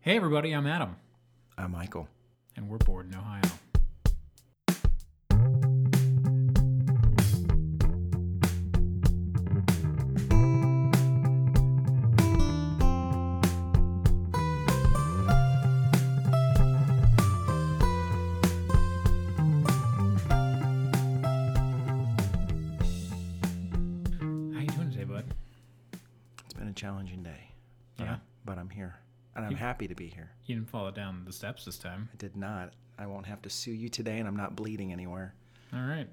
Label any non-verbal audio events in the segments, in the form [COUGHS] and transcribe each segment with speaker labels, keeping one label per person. Speaker 1: Hey, everybody, I'm Adam,
Speaker 2: I'm Michael.
Speaker 1: and we're bored in Ohio. How you doing today, bud?
Speaker 2: It's been a challenging day. but
Speaker 1: Yeah.
Speaker 2: I'm- But I'm here. And I'm
Speaker 1: You-
Speaker 2: happy to be here.
Speaker 1: You didn't follow down the steps this time.
Speaker 2: I did not. I won't have to sue you today, and I'm not bleeding anywhere.
Speaker 1: All right.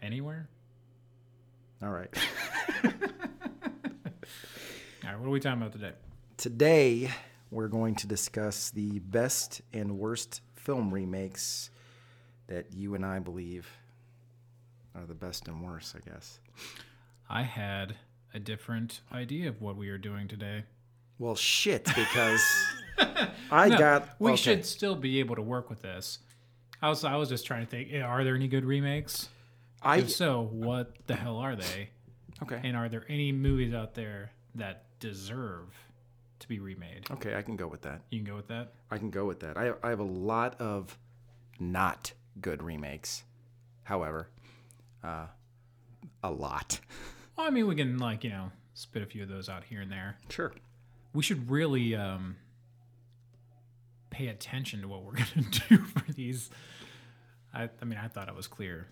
Speaker 1: Anywhere? [LAUGHS]
Speaker 2: All right.
Speaker 1: All right, what are we talking about today?
Speaker 2: today, we're going to discuss the best and worst film remakes that you and I believe are the best and worst, I guess.
Speaker 1: I had a different idea of what we are doing today.
Speaker 2: Well, shit, because
Speaker 1: [LAUGHS]
Speaker 2: I
Speaker 1: No,
Speaker 2: got.
Speaker 1: we
Speaker 2: okay.
Speaker 1: should still be able to work with this. I was I was just trying to think, eh, are there any good remakes?
Speaker 2: I,
Speaker 1: If so, what the hell are they?
Speaker 2: okay.
Speaker 1: And are there any movies out there that deserve to be remade?
Speaker 2: Okay, I can go with that.
Speaker 1: You can go with that.
Speaker 2: I can go with that. I, I have a lot of not good remakes, however, uh, a lot.
Speaker 1: Well, I mean, we can like you know spit a few of those out here and there.
Speaker 2: Sure.
Speaker 1: We should really um, pay attention to what we're [LAUGHS] gonna do for these. I, I mean, I thought it was clear.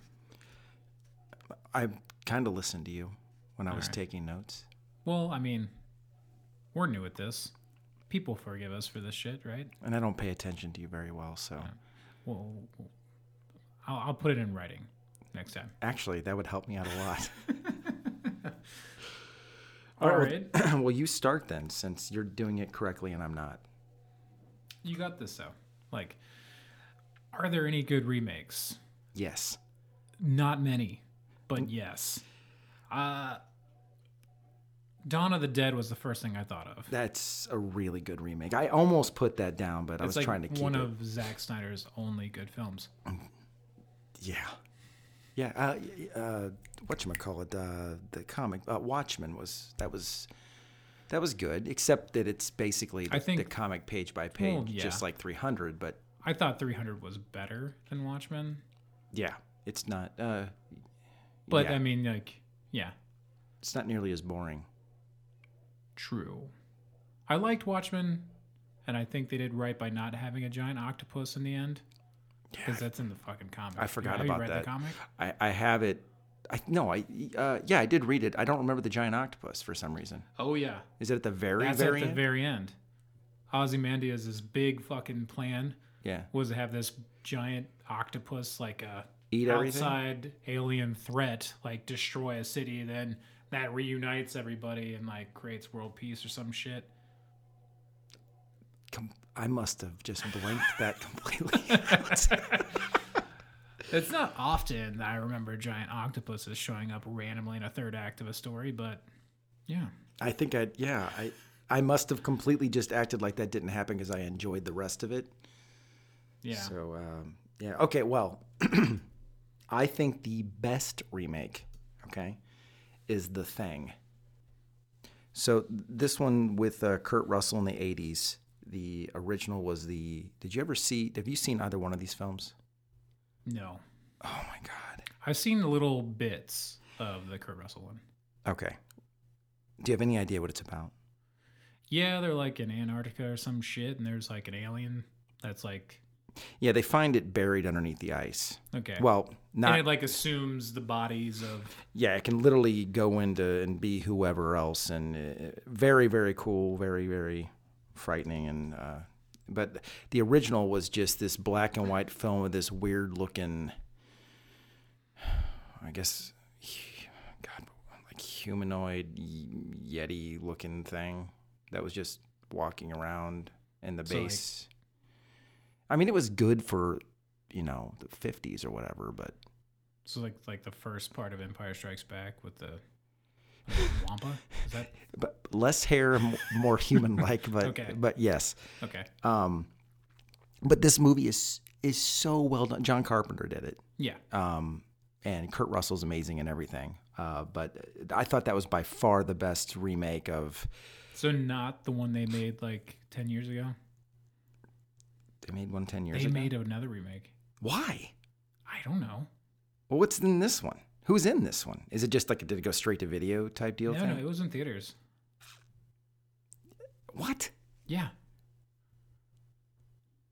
Speaker 2: I kind of listened to you when I was
Speaker 1: right.
Speaker 2: taking notes.
Speaker 1: Well, I mean, we're new at this. People forgive us for this shit, right?
Speaker 2: And I don't pay attention to you very well, so
Speaker 1: Well, I'll, I'll put it in writing next time.
Speaker 2: actually, that would help me out a lot.
Speaker 1: All right,
Speaker 2: All right,
Speaker 1: [LAUGHS]
Speaker 2: [COUGHS] well, you start then, since you're doing it correctly and I'm not.
Speaker 1: you got this though. Like, are there any good remakes?
Speaker 2: Yes.
Speaker 1: Not many,
Speaker 2: Mm.
Speaker 1: but yes. Uh, Dawn of the Dead was the first thing I thought of.
Speaker 2: That's a really good remake. I almost put that down, but I was
Speaker 1: It's like
Speaker 2: trying to keep
Speaker 1: one
Speaker 2: it.
Speaker 1: of Zack Snyder's only good films.
Speaker 2: Yeah. Yeah. Uh, y- uh, whatchamacallit, uh, the comic, uh, Watchmen was, that was, that was good, except that it's basically the,
Speaker 1: I think-
Speaker 2: the comic page by page,
Speaker 1: Well, yeah.
Speaker 2: just like 300, but
Speaker 1: I thought 300 was better than Watchmen,
Speaker 2: yeah, it's not, uh,
Speaker 1: but
Speaker 2: Yeah.
Speaker 1: I mean, like, yeah,
Speaker 2: it's not nearly as boring.
Speaker 1: True. I liked Watchmen, and I think they did right by not having a giant octopus in the end. Because that's in the fucking comic.
Speaker 2: I forgot
Speaker 1: you
Speaker 2: about
Speaker 1: read
Speaker 2: that.
Speaker 1: The comic?
Speaker 2: I, I have it. I, no, I, uh, yeah, I did read it. I don't remember the giant octopus for some reason.
Speaker 1: Oh yeah,
Speaker 2: Is it at the very,
Speaker 1: that's
Speaker 2: very
Speaker 1: at the
Speaker 2: end?
Speaker 1: very end. Ozymandias' big fucking plan
Speaker 2: yeah.
Speaker 1: was to have this giant octopus, like a
Speaker 2: Eat everything?
Speaker 1: outside alien threat, like destroy a city. Then that reunites everybody and like creates world peace or some shit.
Speaker 2: Com- I must have just blanked that [LAUGHS] completely out.
Speaker 1: It's not often that I remember giant octopuses showing up randomly in a third act of a story, but yeah.
Speaker 2: I think I yeah I I must have completely just acted like that didn't happen because I enjoyed the rest of it.
Speaker 1: Yeah.
Speaker 2: So um, yeah okay well [CLEARS THROAT] I think the best remake okay is The Thing. So this one with uh, Kurt Russell in the '80s. The original was the. Did you ever see? Have you seen either one of these films?
Speaker 1: No.
Speaker 2: Oh my god.
Speaker 1: I've seen little bits of the Kurt Russell one.
Speaker 2: Okay. Do you have any idea what it's about?
Speaker 1: Yeah, they're like in Antarctica or some shit, and there's like an alien that's like,
Speaker 2: Yeah, they find it buried underneath the ice.
Speaker 1: okay.
Speaker 2: Well, not
Speaker 1: and it like assumes the bodies of.
Speaker 2: yeah, it can literally go into and be whoever else, and uh, very, very cool, very, very frightening. And uh, but the original was just this black and white film with this weird looking, I guess, hu- God, like humanoid yeti looking thing that was just walking around in the
Speaker 1: So, like-
Speaker 2: base. I mean, it was good for you know the fifties or whatever, but
Speaker 1: So like like the first part of Empire Strikes Back with the
Speaker 2: [LAUGHS]
Speaker 1: Wampa. Is that
Speaker 2: but less hair, m- more human like.
Speaker 1: [LAUGHS]
Speaker 2: But
Speaker 1: Okay.
Speaker 2: but yes,
Speaker 1: okay?
Speaker 2: um, but this movie is is so well done. John Carpenter did it,
Speaker 1: Yeah.
Speaker 2: um, and Kurt Russell's amazing and everything. Uh, but I thought that was by far the best remake of.
Speaker 1: So not the one they made like ten years ago.
Speaker 2: They made one ten years
Speaker 1: They
Speaker 2: ago.
Speaker 1: made another remake.
Speaker 2: Why?
Speaker 1: I don't know.
Speaker 2: Well, what's in this one? Who's in this one? Is it just like did it go straight to video type deal
Speaker 1: No,
Speaker 2: thing?
Speaker 1: no, it was in theaters.
Speaker 2: what?
Speaker 1: Yeah.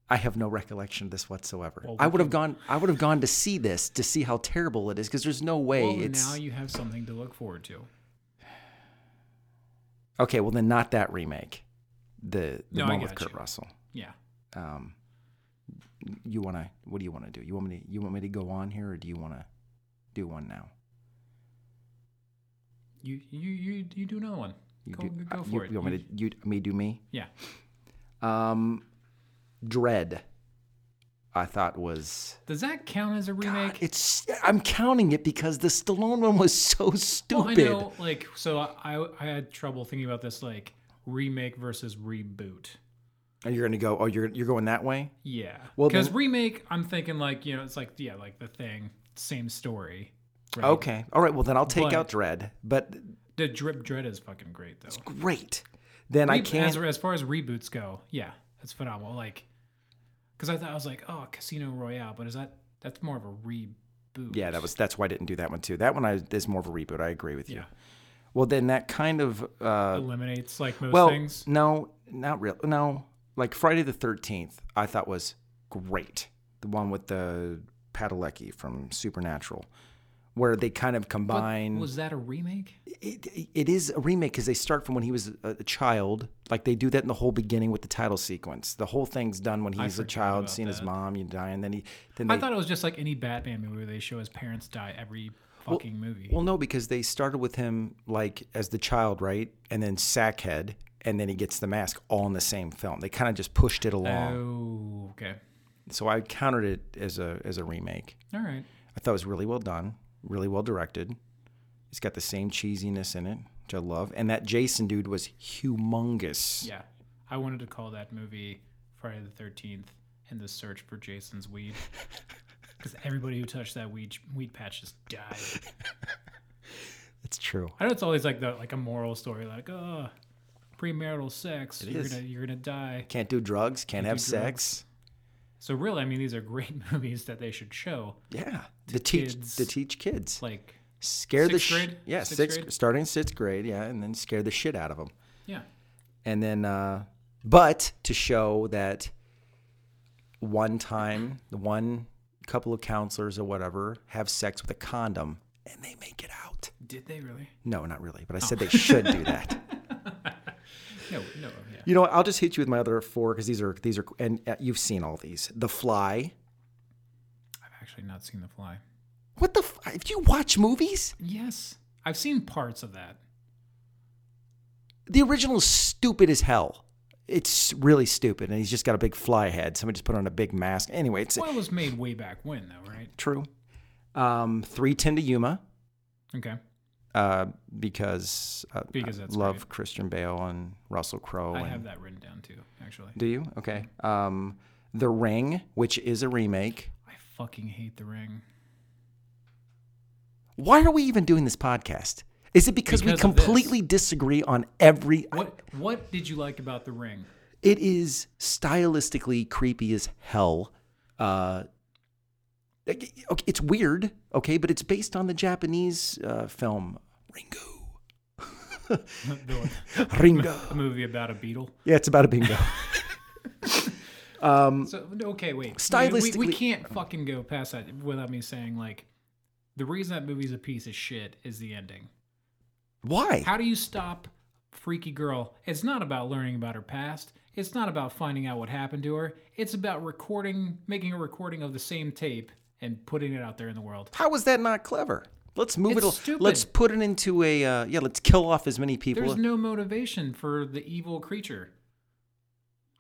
Speaker 2: I have no recollection of this whatsoever.
Speaker 1: Well, we
Speaker 2: I would have gone. I would have gone to see this to see how terrible it is because there's no way
Speaker 1: well,
Speaker 2: it's
Speaker 1: now you have something to look forward to.
Speaker 2: okay. Well, then not that remake. The the
Speaker 1: No, I
Speaker 2: one with
Speaker 1: got
Speaker 2: Kurt
Speaker 1: you.
Speaker 2: Russell.
Speaker 1: Yeah.
Speaker 2: Um, you want to? What do you want to do? You want me to? You want me to go on here, or do you want to do one now?
Speaker 1: You you you you do another one.
Speaker 2: You
Speaker 1: go
Speaker 2: do,
Speaker 1: go
Speaker 2: uh,
Speaker 1: for
Speaker 2: you,
Speaker 1: it.
Speaker 2: You want me
Speaker 1: You-
Speaker 2: to? You me do me?
Speaker 1: yeah.
Speaker 2: Um, Dread. I thought was
Speaker 1: Does that count as a
Speaker 2: God,
Speaker 1: remake?
Speaker 2: it's. I'm counting it because the Stallone one was so
Speaker 1: Well, Oh, I
Speaker 2: stupid.
Speaker 1: know, like, so I I had trouble thinking about this, like, remake versus reboot.
Speaker 2: And you're gonna go. Oh, you're you're going that way.
Speaker 1: Yeah.
Speaker 2: Well,
Speaker 1: because
Speaker 2: then-
Speaker 1: remake, I'm thinking like, you know, it's like yeah, like the thing, same story. Right?
Speaker 2: Okay. All right. Well, then I'll take
Speaker 1: But-
Speaker 2: out Dread. But
Speaker 1: The drip dread is fucking great though.
Speaker 2: great. Then I
Speaker 1: Re-
Speaker 2: can't.
Speaker 1: As, as far as reboots go, yeah, that's phenomenal. Like, because I thought I was like, oh, Casino Royale, but is that that's more of a reboot?
Speaker 2: yeah, that was that's why I didn't do that one too. That one I, is more of a reboot. I agree with you.
Speaker 1: Yeah.
Speaker 2: Well, then that kind of uh,
Speaker 1: eliminates like most
Speaker 2: well,
Speaker 1: things.
Speaker 2: no, not real. No, like Friday the Thirteenth, I thought was great. The one with the Padalecki from Supernatural, where they kind of
Speaker 1: But
Speaker 2: combine.
Speaker 1: was that a remake?
Speaker 2: it, it is a remake because they start from when he was a, a child. Like they do that in the whole beginning with the title sequence. The whole thing's done when he's a
Speaker 1: forgot
Speaker 2: child,
Speaker 1: about
Speaker 2: seeing his
Speaker 1: that.
Speaker 2: mom, you die, and then he then they.
Speaker 1: I thought it was just like any Batman movie where they show his parents die every fucking movie.
Speaker 2: well, no, because they started with him like as the child, right, and then Sackhead, and then he gets the mask all in the same film. They kind of just pushed it along,
Speaker 1: oh, okay.
Speaker 2: so I counted it as a as a remake.
Speaker 1: All right.
Speaker 2: I thought it was really well done, really well directed. It's got the same cheesiness in it, which I love, and that Jason dude was humongous.
Speaker 1: Yeah. I wanted to call that movie Friday the 13th and the search for Jason's weed. Because everybody who touched that weed, weed patch just died.
Speaker 2: It's true.
Speaker 1: I know it's always like the, like a moral story, like, oh, premarital sex, you're
Speaker 2: is.
Speaker 1: gonna you're gonna die.
Speaker 2: Can't do drugs. Can't, have
Speaker 1: do
Speaker 2: sex.
Speaker 1: So really, I mean, these are great [LAUGHS] movies that they should show.
Speaker 2: Yeah, to teach
Speaker 1: kids.
Speaker 2: to teach kids.
Speaker 1: Like,
Speaker 2: Scare the
Speaker 1: Sixth
Speaker 2: sh-
Speaker 1: grade?
Speaker 2: yeah
Speaker 1: Sixth
Speaker 2: sixth
Speaker 1: grade?
Speaker 2: starting sixth grade yeah, and then scare the shit out of them,
Speaker 1: yeah,
Speaker 2: and then uh, but to show that one time the one couple of counselors or whatever have sex with a condom and they make it out.
Speaker 1: did they really?
Speaker 2: No, not really, but I said they should
Speaker 1: Oh.
Speaker 2: do that.
Speaker 1: No, no, oh, yeah.
Speaker 2: You know, what, I'll just hit you with my other four because these are these are and uh, you've seen all these. The Fly.
Speaker 1: I've actually not seen The Fly.
Speaker 2: What the? F- if you watch movies,
Speaker 1: Yes, I've seen parts of that.
Speaker 2: the original is stupid as hell. It's really stupid, and he's just got a big fly head. Somebody just put on a big mask. Anyway, it's
Speaker 1: Well, it was made way back when, though, right?
Speaker 2: true. Um, Three ten to Yuma,
Speaker 1: Okay.
Speaker 2: uh, because, uh,
Speaker 1: Because
Speaker 2: I
Speaker 1: that's
Speaker 2: love
Speaker 1: great.
Speaker 2: Christian Bale and Russell Crowe.
Speaker 1: Oh, I
Speaker 2: and-
Speaker 1: have that written down too, actually.
Speaker 2: Do you? Okay. Um, the Ring, which is a remake.
Speaker 1: I fucking hate the ring.
Speaker 2: Why are we even doing this podcast? Is it because, we
Speaker 1: Because of this.
Speaker 2: completely disagree on every?
Speaker 1: What what did you like about the ring? [LAUGHS]
Speaker 2: It is stylistically creepy as hell. Uh, okay, okay, it's weird, okay, but it's based on the Japanese uh, film
Speaker 1: [LAUGHS]
Speaker 2: Ringu.
Speaker 1: the,
Speaker 2: Ringo.
Speaker 1: [LAUGHS] a movie about a beetle.
Speaker 2: Yeah, it's about
Speaker 1: [LAUGHS]
Speaker 2: a bingo.
Speaker 1: So okay, wait. we, we,
Speaker 2: Stylistically-
Speaker 1: we can't fucking go past that without me saying like the reason that movie's a piece of shit is the ending.
Speaker 2: Why?
Speaker 1: How do you stop Freaky Girl? It's not about learning about her past. It's not about finding out what happened to her. It's about recording, making a recording of the same tape and putting it out there in the world.
Speaker 2: How is that not clever? Let's move
Speaker 1: It's
Speaker 2: it. al-
Speaker 1: stupid.
Speaker 2: Let's put it into a uh, yeah. Let's kill off as many people.
Speaker 1: There's no motivation for the evil creature.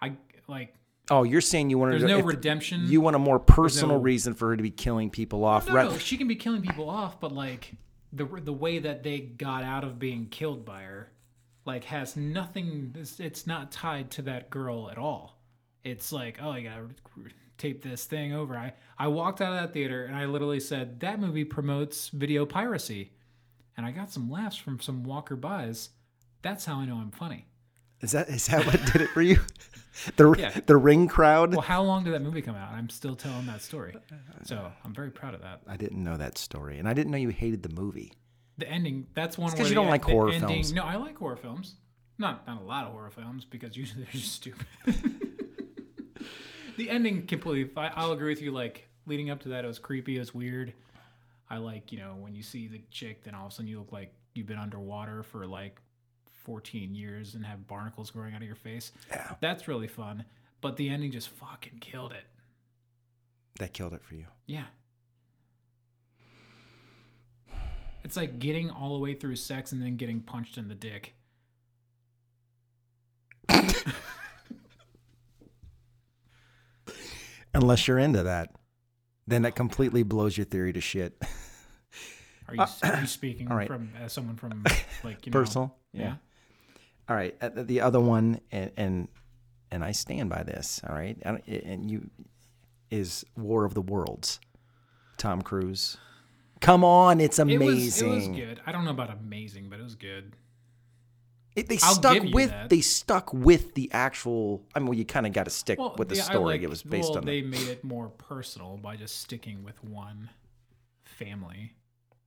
Speaker 1: I like
Speaker 2: oh, you're saying you want
Speaker 1: there's
Speaker 2: to?
Speaker 1: no redemption.
Speaker 2: you want a more personal
Speaker 1: no- Oh,
Speaker 2: reason for her to be killing people off?
Speaker 1: no,
Speaker 2: ra-
Speaker 1: no, she can be killing people off, but like the the way that they got out of being killed by her, like has nothing. It's, it's not tied to that girl at all. It's like oh, I gotta tape this thing over. I I walked out of that theater and I literally said that movie promotes video piracy, and I got some laughs from some walker bys. That's how I know I'm funny.
Speaker 2: Is that is that what did it for you? [LAUGHS] The
Speaker 1: Yeah.
Speaker 2: the ring crowd.
Speaker 1: Well, how long did that movie come out? I'm still telling that story. So I'm very proud of that.
Speaker 2: I didn't know that story, and I didn't know you hated the movie.
Speaker 1: The ending, that's one
Speaker 2: 'cause
Speaker 1: where
Speaker 2: you
Speaker 1: the- e,
Speaker 2: don't like
Speaker 1: the
Speaker 2: horror
Speaker 1: ending-
Speaker 2: films.
Speaker 1: No, I like horror films. Not not a lot of horror films because usually [LAUGHS] they're just stupid. the ending completely, I, I'll agree with you. Like leading up to that, it was creepy, it was weird. I like, you know, when you see the chick, then all of a sudden you look like you've been underwater for like 14 years and have barnacles growing out of your face.
Speaker 2: Yeah,
Speaker 1: That's really fun. But the ending just fucking killed it.
Speaker 2: that killed it for you.
Speaker 1: Yeah. It's like getting all the way through sex and then getting punched in the dick.
Speaker 2: Unless you're into that, then that completely blows your theory to shit.
Speaker 1: Are you, are you speaking
Speaker 2: [COUGHS] all right.
Speaker 1: from as someone
Speaker 2: [COUGHS]
Speaker 1: from like you know
Speaker 2: Personal.
Speaker 1: Yeah.
Speaker 2: All right. uh, The the other one, and and, and I stand by this. All right. I don't- And you is War of the Worlds. Tom Cruise. Come on, it's
Speaker 1: It
Speaker 2: amazing.
Speaker 1: was, it was good. I don't know about amazing, but it was good.
Speaker 2: It- they
Speaker 1: I'll
Speaker 2: stuck
Speaker 1: give you
Speaker 2: with
Speaker 1: that.
Speaker 2: they stuck with the actual. I mean, well, you kind of got to stick
Speaker 1: Well,
Speaker 2: with the
Speaker 1: yeah, I
Speaker 2: story
Speaker 1: liked-
Speaker 2: it was based
Speaker 1: well,
Speaker 2: on.
Speaker 1: They
Speaker 2: the
Speaker 1: made it more personal by just sticking with one family.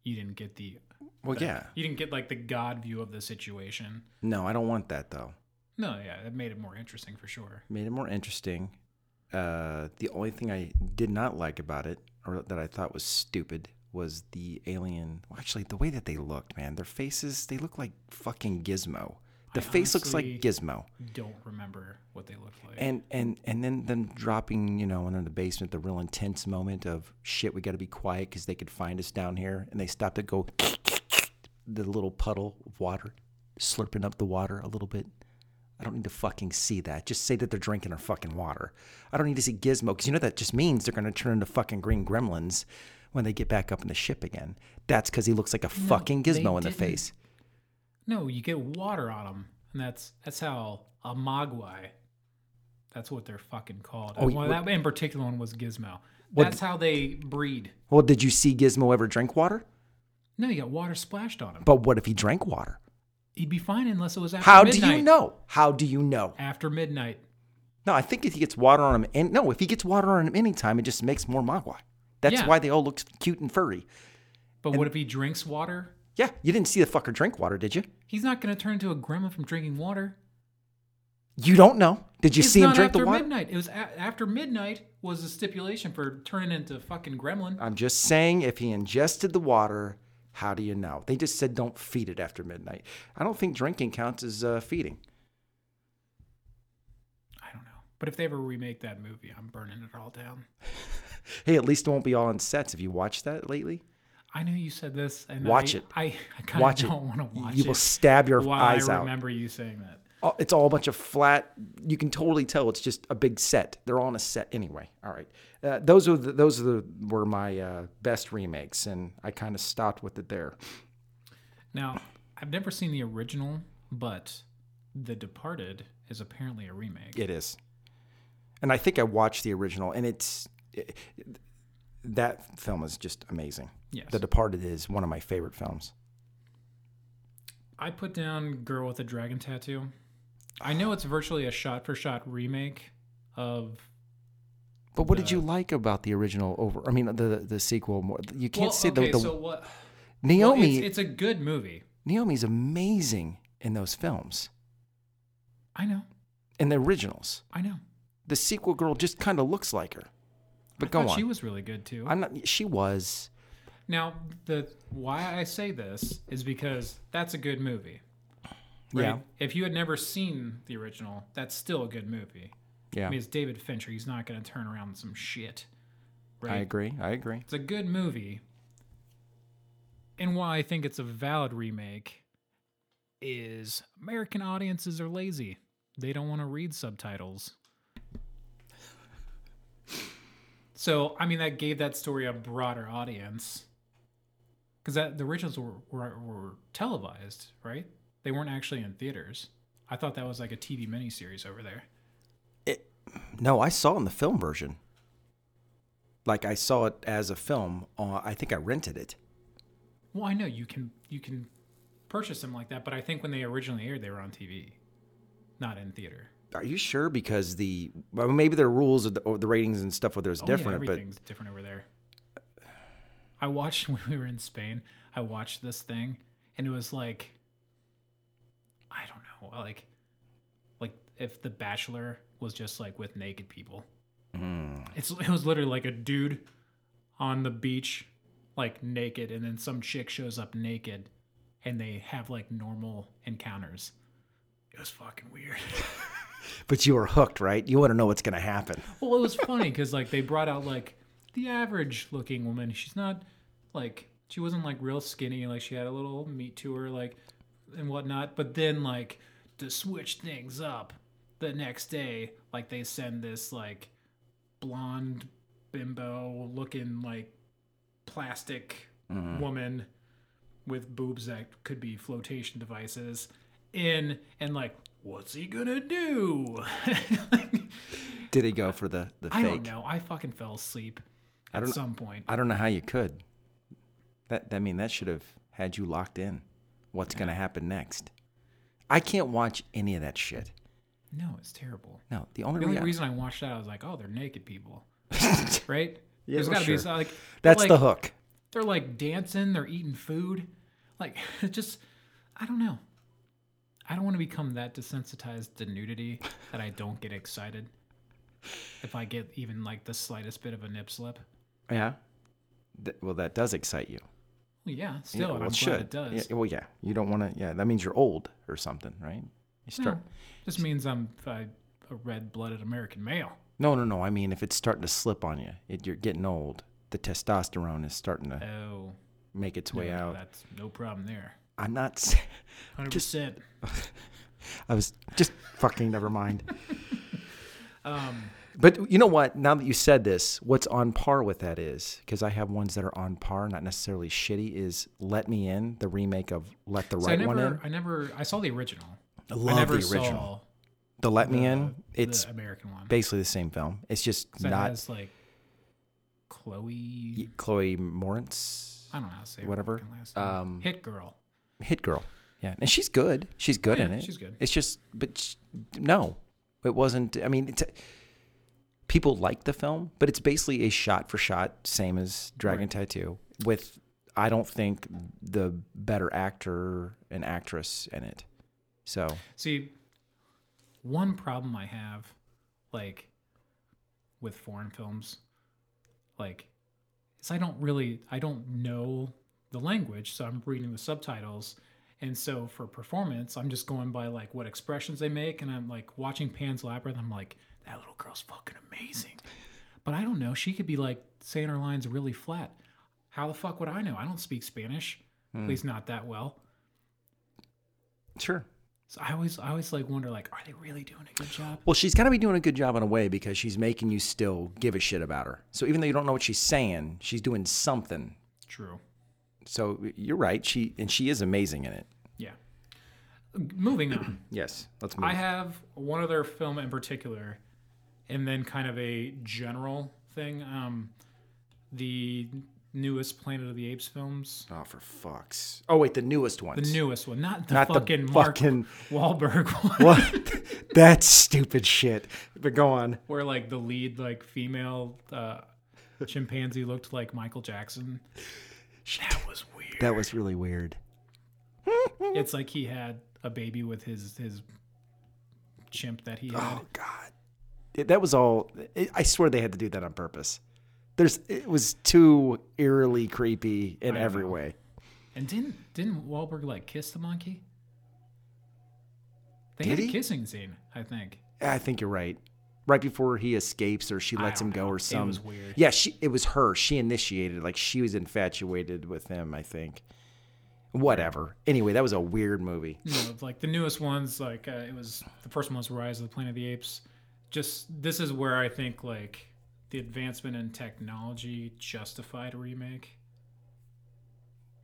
Speaker 1: You didn't get the
Speaker 2: well, yeah.
Speaker 1: you didn't get like the god view of the situation.
Speaker 2: No, I don't want that though.
Speaker 1: No, yeah, it made it more interesting for sure.
Speaker 2: Made it more interesting. Uh, the only thing I did not like about it, or that I thought was stupid, was the alien. Well, actually, the way that they looked, man, their faces—they look like fucking Gizmo. The
Speaker 1: I
Speaker 2: face looks like
Speaker 1: honestly-
Speaker 2: Gizmo,
Speaker 1: Don't remember what they looked like.
Speaker 2: and and and then them dropping, you know, and in the basement, the real intense moment of shit. We got to be quiet because they could find us down here, and they stopped to go [LAUGHS] the little puddle of water, slurping up the water a little bit. I don't need to fucking see that. Just say that they're drinking our fucking water. I don't need to see Gizmo because you know that just means they're gonna turn into fucking green gremlins when they get back up in the ship again. That's because he looks like a fucking
Speaker 1: they
Speaker 2: Gizmo in the
Speaker 1: didn't.
Speaker 2: face.
Speaker 1: No, you get water on them, and that's that's how a mogwai. That's what they're fucking called.
Speaker 2: Oh,
Speaker 1: And one-
Speaker 2: what-
Speaker 1: that in particular one was Gizmo.
Speaker 2: What-
Speaker 1: That's how they breed.
Speaker 2: Well, did you see Gizmo ever drink water?
Speaker 1: No, you got water splashed on him.
Speaker 2: But what if he drank water?
Speaker 1: He'd be fine unless it was after
Speaker 2: How do
Speaker 1: midnight.
Speaker 2: you know? How do you know?
Speaker 1: After midnight,
Speaker 2: No, I think if he gets water on him, and no, if he gets water on him anytime, it just makes more Mogwai. That's
Speaker 1: Yeah.
Speaker 2: why they all look cute and furry.
Speaker 1: but what if he drinks water?
Speaker 2: Yeah, you didn't see the fucker drink water, did you?
Speaker 1: He's not going to turn into a gremlin from drinking water.
Speaker 2: You don't know. Did you
Speaker 1: it's
Speaker 2: see him
Speaker 1: not
Speaker 2: drink
Speaker 1: after
Speaker 2: the water?
Speaker 1: midnight. It was a- after midnight was the stipulation for turning into a fucking gremlin.
Speaker 2: I'm just saying, if he ingested the water, how do you know? They just said don't feed it after midnight. I don't think drinking counts as uh, feeding.
Speaker 1: I don't know. But if they ever remake that movie, I'm burning it all down.
Speaker 2: Hey, at least it won't be all on sets. Have you watched that lately?
Speaker 1: I know you said this, and
Speaker 2: Watch
Speaker 1: I,
Speaker 2: it.
Speaker 1: I, I kind of
Speaker 2: Watch it.
Speaker 1: don't want to watch
Speaker 2: you
Speaker 1: it.
Speaker 2: will stab your
Speaker 1: Why
Speaker 2: eyes
Speaker 1: I
Speaker 2: out.
Speaker 1: remember you saying that.
Speaker 2: Oh, It's all a bunch of flat. You can totally tell it's just a big set. They're all on a set anyway. All right, uh, those are the, those are the, were my uh, best remakes, and I kind of stopped with it there.
Speaker 1: Now, I've never seen the original, but The Departed is apparently a remake.
Speaker 2: It is, and I think I watched the original, and it's it, that film is just amazing.
Speaker 1: Yes.
Speaker 2: The Departed is one of my favorite films.
Speaker 1: I put down Girl with a Dragon Tattoo. I know it's virtually a shot for shot remake of.
Speaker 2: But what did you like about the original over? I mean, the the sequel more. You can't
Speaker 1: well,
Speaker 2: say
Speaker 1: okay,
Speaker 2: the, the
Speaker 1: so what? well,
Speaker 2: Naomi.
Speaker 1: it's, it's a good movie.
Speaker 2: Naomi's amazing in those films,
Speaker 1: I know.
Speaker 2: in the originals.
Speaker 1: I know.
Speaker 2: the sequel girl just kind of looks like her. But
Speaker 1: I
Speaker 2: go
Speaker 1: thought
Speaker 2: on.
Speaker 1: She was really good too.
Speaker 2: I'm not. She was.
Speaker 1: Now, the why I say this is because that's a good movie. Right?
Speaker 2: Yeah.
Speaker 1: If you had never seen the original, that's still a good movie.
Speaker 2: Yeah.
Speaker 1: I mean, it's David Fincher. He's not going to turn around some shit. Right?
Speaker 2: I agree. I agree.
Speaker 1: It's a good movie. And why I think it's a valid remake is American audiences are lazy. They don't want to read subtitles. So, I mean, that gave that story a broader audience. Because the originals were, were, were televised, right? They weren't actually in theaters. I thought that was like a TV miniseries over there.
Speaker 2: It, no, I saw it in the film version. Like I saw it as a film. Uh, I think I rented it.
Speaker 1: Well, I know you can you can purchase them like that, but I think when they originally aired, they were on TV. not in theater.
Speaker 2: Are you sure? Because the well, maybe there are rules of the, of the ratings and stuff where there's
Speaker 1: Oh, yeah,
Speaker 2: different, but
Speaker 1: everything's different over there. I watched [LAUGHS] when we were in Spain. I watched this thing, and it was like, I don't know, like, like if The Bachelor was just like with naked people.
Speaker 2: mm.
Speaker 1: It's it was literally like a dude on the beach, like naked, and then some chick shows up naked, and they have like normal encounters. It was fucking weird.
Speaker 2: but you were hooked, right? You want to know what's going to happen.
Speaker 1: Well, it was funny because like they brought out like the average looking woman. She's not like she wasn't like real skinny. Like she had a little meat to her, like and whatnot. But then like to switch things up, the next day like they send this like blonde bimbo looking like plastic woman with boobs that could be flotation devices in and like what's he gonna do [LAUGHS]
Speaker 2: Did he go for the the
Speaker 1: I
Speaker 2: fake?
Speaker 1: don't know. I fucking fell asleep at
Speaker 2: don't-
Speaker 1: some point.
Speaker 2: I don't know how you could. That I mean, that should have had you locked in. What's going to happen next? I can't watch any of that shit.
Speaker 1: No, it's terrible.
Speaker 2: No, the only,
Speaker 1: The only
Speaker 2: rea- [LAUGHS]
Speaker 1: reason I watched that, I was like, oh, they're naked people, right?
Speaker 2: Yeah,
Speaker 1: There's
Speaker 2: well,
Speaker 1: gotta
Speaker 2: sure.
Speaker 1: be some, like
Speaker 2: that's
Speaker 1: like,
Speaker 2: the hook.
Speaker 1: They're like dancing. They're eating food. Like [LAUGHS] it just, I don't know. I don't want to become that desensitized to nudity that I don't get excited if I get even like the slightest bit of a nip slip.
Speaker 2: Yeah. Th- well, that does excite you.
Speaker 1: Well, yeah, still,
Speaker 2: Yeah,
Speaker 1: and
Speaker 2: well,
Speaker 1: I'm
Speaker 2: it
Speaker 1: glad
Speaker 2: should.
Speaker 1: it does.
Speaker 2: Yeah, well, yeah. You don't want to. Yeah, that means you're old or something, right? You start.
Speaker 1: No, just means I'm I, a red-blooded American male.
Speaker 2: No, no, no. I mean, if it's starting to slip on you, it, you're getting old. The testosterone is starting to
Speaker 1: Oh.
Speaker 2: make its way
Speaker 1: No,
Speaker 2: out.
Speaker 1: That's no problem there.
Speaker 2: I'm not. [LAUGHS] s-
Speaker 1: Hundred
Speaker 2: Just-
Speaker 1: percent.
Speaker 2: I was just fucking. Never mind.
Speaker 1: Um,
Speaker 2: But you know what? Now that you said this, what's on par with that is because I have ones that are on par, not necessarily shitty. Is Let Me In the remake of Let the
Speaker 1: so I
Speaker 2: Right One In?
Speaker 1: never, I never, I saw the original.
Speaker 2: I
Speaker 1: I
Speaker 2: love
Speaker 1: never
Speaker 2: the original.
Speaker 1: saw
Speaker 2: The Let Me
Speaker 1: the-
Speaker 2: In. It's
Speaker 1: the American one.
Speaker 2: basically the same film. It's just
Speaker 1: So it
Speaker 2: not
Speaker 1: has like Chloe.
Speaker 2: Chloe Moritz,
Speaker 1: I don't know how to say her
Speaker 2: whatever.
Speaker 1: fucking last name.
Speaker 2: Um,
Speaker 1: Hit girl.
Speaker 2: Hit Girl. Yeah, and she's good. She's good
Speaker 1: Yeah,
Speaker 2: in it.
Speaker 1: she's good.
Speaker 2: It's just, but sh no, it wasn't. I mean, it's people like the film, but it's basically a shot for shot, same as Dragon Tattoo, with I don't think the better actor and actress in it. So
Speaker 1: See, one problem I have, like, with foreign films, like, is I don't really, I don't know the language, so I'm reading the subtitles. And so for performance, I'm just going by, like, what expressions they make. And I'm, like, watching Pan's Labyrinth, I'm like, that little girl's fucking amazing. But I don't know. She could be, like, saying her lines really flat. How the fuck would I know? I don't speak Spanish, at least not that well.
Speaker 2: sure.
Speaker 1: So I always, I always like wonder, like, are they really doing a good job?
Speaker 2: Well, she's got to be doing a good job in a way because she's making you still give a shit about her. So even though you don't know what she's saying, she's doing something.
Speaker 1: True.
Speaker 2: So you're right. She and she is amazing in it.
Speaker 1: Yeah. Moving
Speaker 2: [CLEARS THROAT]
Speaker 1: on.
Speaker 2: Yes, let's move.
Speaker 1: I have one other film in particular, and then kind of a general thing. Um, the newest Planet of the Apes films.
Speaker 2: Oh, for fucks. Oh, wait, the newest ones.
Speaker 1: The newest one, not the
Speaker 2: Not the
Speaker 1: fucking Mark
Speaker 2: fucking-
Speaker 1: Wahlberg [LAUGHS] one,
Speaker 2: what? [LAUGHS] That's stupid shit. But go on.
Speaker 1: where like the lead like female uh, chimpanzee looked like Michael
Speaker 2: [LAUGHS]
Speaker 1: Jackson. That was weird.
Speaker 2: That was really weird.
Speaker 1: It's like he had a baby with his his chimp that he had.
Speaker 2: Oh, God. It- that was all. It, I swear they had to do that on purpose. There's, it was too eerily creepy in every way.
Speaker 1: And didn't didn't Wahlberg like kiss the monkey? They
Speaker 2: Did
Speaker 1: had
Speaker 2: he?
Speaker 1: a kissing scene, I think.
Speaker 2: I think you're right. Right before he escapes, or she lets him
Speaker 1: don't
Speaker 2: go,
Speaker 1: know.
Speaker 2: or
Speaker 1: It
Speaker 2: some.
Speaker 1: was weird.
Speaker 2: Yeah, she. It was her. She initiated. Like she was infatuated with him. I think. Whatever. Anyway, that was a weird movie.
Speaker 1: You know, like the newest ones, like uh, it was the first one was Rise of the Planet of the Apes. Just this is where I think like the advancement in technology justified a remake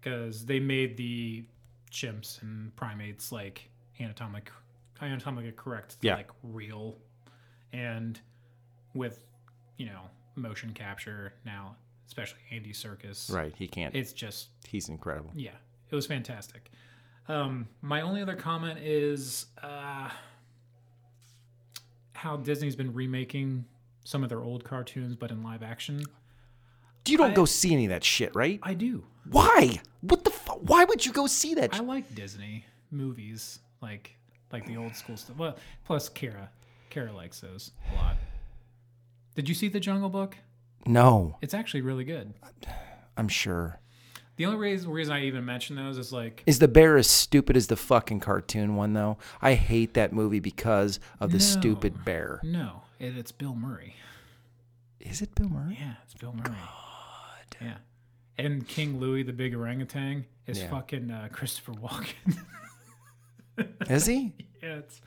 Speaker 1: because they made the chimps and primates like anatomic anatomically correct,
Speaker 2: Yeah.
Speaker 1: like real, and with you know motion capture now, especially Andy Circus,
Speaker 2: Right. He can't.
Speaker 1: It's just
Speaker 2: he's incredible.
Speaker 1: yeah, it was fantastic. Um, my only other comment is uh, how Disney's been remaking some of their old cartoons, but in live action.
Speaker 2: You don't go see any of that shit, right?
Speaker 1: I do.
Speaker 2: Why? What the fuck? Why would you go see that?
Speaker 1: I
Speaker 2: sh-
Speaker 1: like Disney movies, like like the old school stuff. Well, plus Kara, Kara likes those a lot. Did you see the Jungle Book?
Speaker 2: no,
Speaker 1: It's actually really good.
Speaker 2: I'm sure.
Speaker 1: The only reason reason I even mention those is like
Speaker 2: Is the bear as stupid as the fucking cartoon one though? I hate that movie because of the
Speaker 1: No.
Speaker 2: stupid bear.
Speaker 1: no, it, it's Bill Murray.
Speaker 2: Is it Bill Murray?
Speaker 1: Yeah, it's Bill Murray. Yeah. And King Louis the Big Orangutan is
Speaker 2: Yeah.
Speaker 1: fucking uh, Christopher Walken. [LAUGHS]
Speaker 2: Is [LAUGHS] he?
Speaker 1: yeah, it's,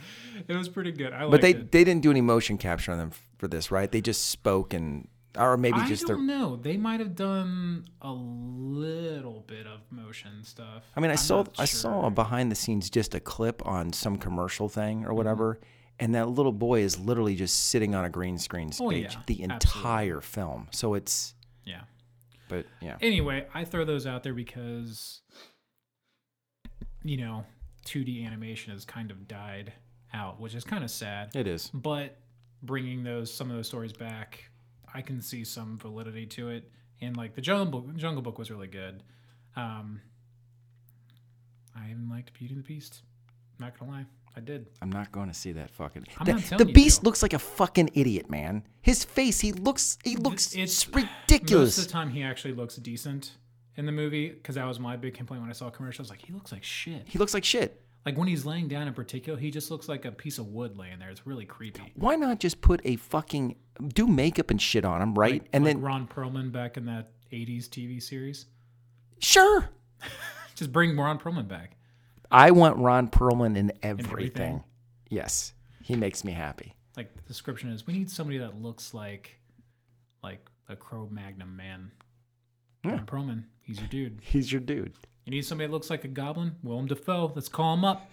Speaker 1: it was pretty good. I
Speaker 2: But
Speaker 1: liked
Speaker 2: they
Speaker 1: it.
Speaker 2: they didn't do any motion capture on them f- for this, right? They just spoke and or maybe
Speaker 1: I
Speaker 2: just
Speaker 1: don't
Speaker 2: the.
Speaker 1: know. They might have done a little bit of motion stuff.
Speaker 2: I mean, I
Speaker 1: I'm
Speaker 2: saw
Speaker 1: not
Speaker 2: I
Speaker 1: sure.
Speaker 2: saw a behind the scenes just a clip on some commercial thing
Speaker 1: Mm-hmm.
Speaker 2: or whatever, and that little boy is literally just sitting on a green screen stage
Speaker 1: Oh, yeah. Absolutely.
Speaker 2: the entire film. So it's
Speaker 1: Yeah.
Speaker 2: but yeah.
Speaker 1: Anyway, I throw those out there because you know, 2D animation has kind of died out, which is kind of sad.
Speaker 2: It is.
Speaker 1: but bringing those some of those stories back i can see some validity to it and like the jungle book, jungle book was really good um i even liked beauty and the beast not gonna lie i did
Speaker 2: I'm not going to see that fucking.
Speaker 1: I'm
Speaker 2: the
Speaker 1: not telling
Speaker 2: the
Speaker 1: you
Speaker 2: beast
Speaker 1: to.
Speaker 2: looks like a fucking idiot, man. His face, he looks, he looks
Speaker 1: it's- most of
Speaker 2: ridiculous.
Speaker 1: the time he actually looks decent in the movie because that was my big complaint when i saw commercials like he looks like shit
Speaker 2: he looks like shit.
Speaker 1: like when he's laying down in particular he just looks like a piece of wood laying there it's really creepy
Speaker 2: Why not just put a fucking do makeup and shit on him, right? and
Speaker 1: like
Speaker 2: then
Speaker 1: ron perlman back in that 80s tv series
Speaker 2: sure,
Speaker 1: just bring ron perlman back
Speaker 2: I want Ron Perlman in everything.
Speaker 1: everything.
Speaker 2: Yes, he makes me happy.
Speaker 1: like the description is we need somebody that looks like like a crow magnum man
Speaker 2: Yeah.
Speaker 1: Ron Perlman, he's your dude.
Speaker 2: He's your dude.
Speaker 1: You need somebody that looks like a goblin? Willem Dafoe, let's call him up.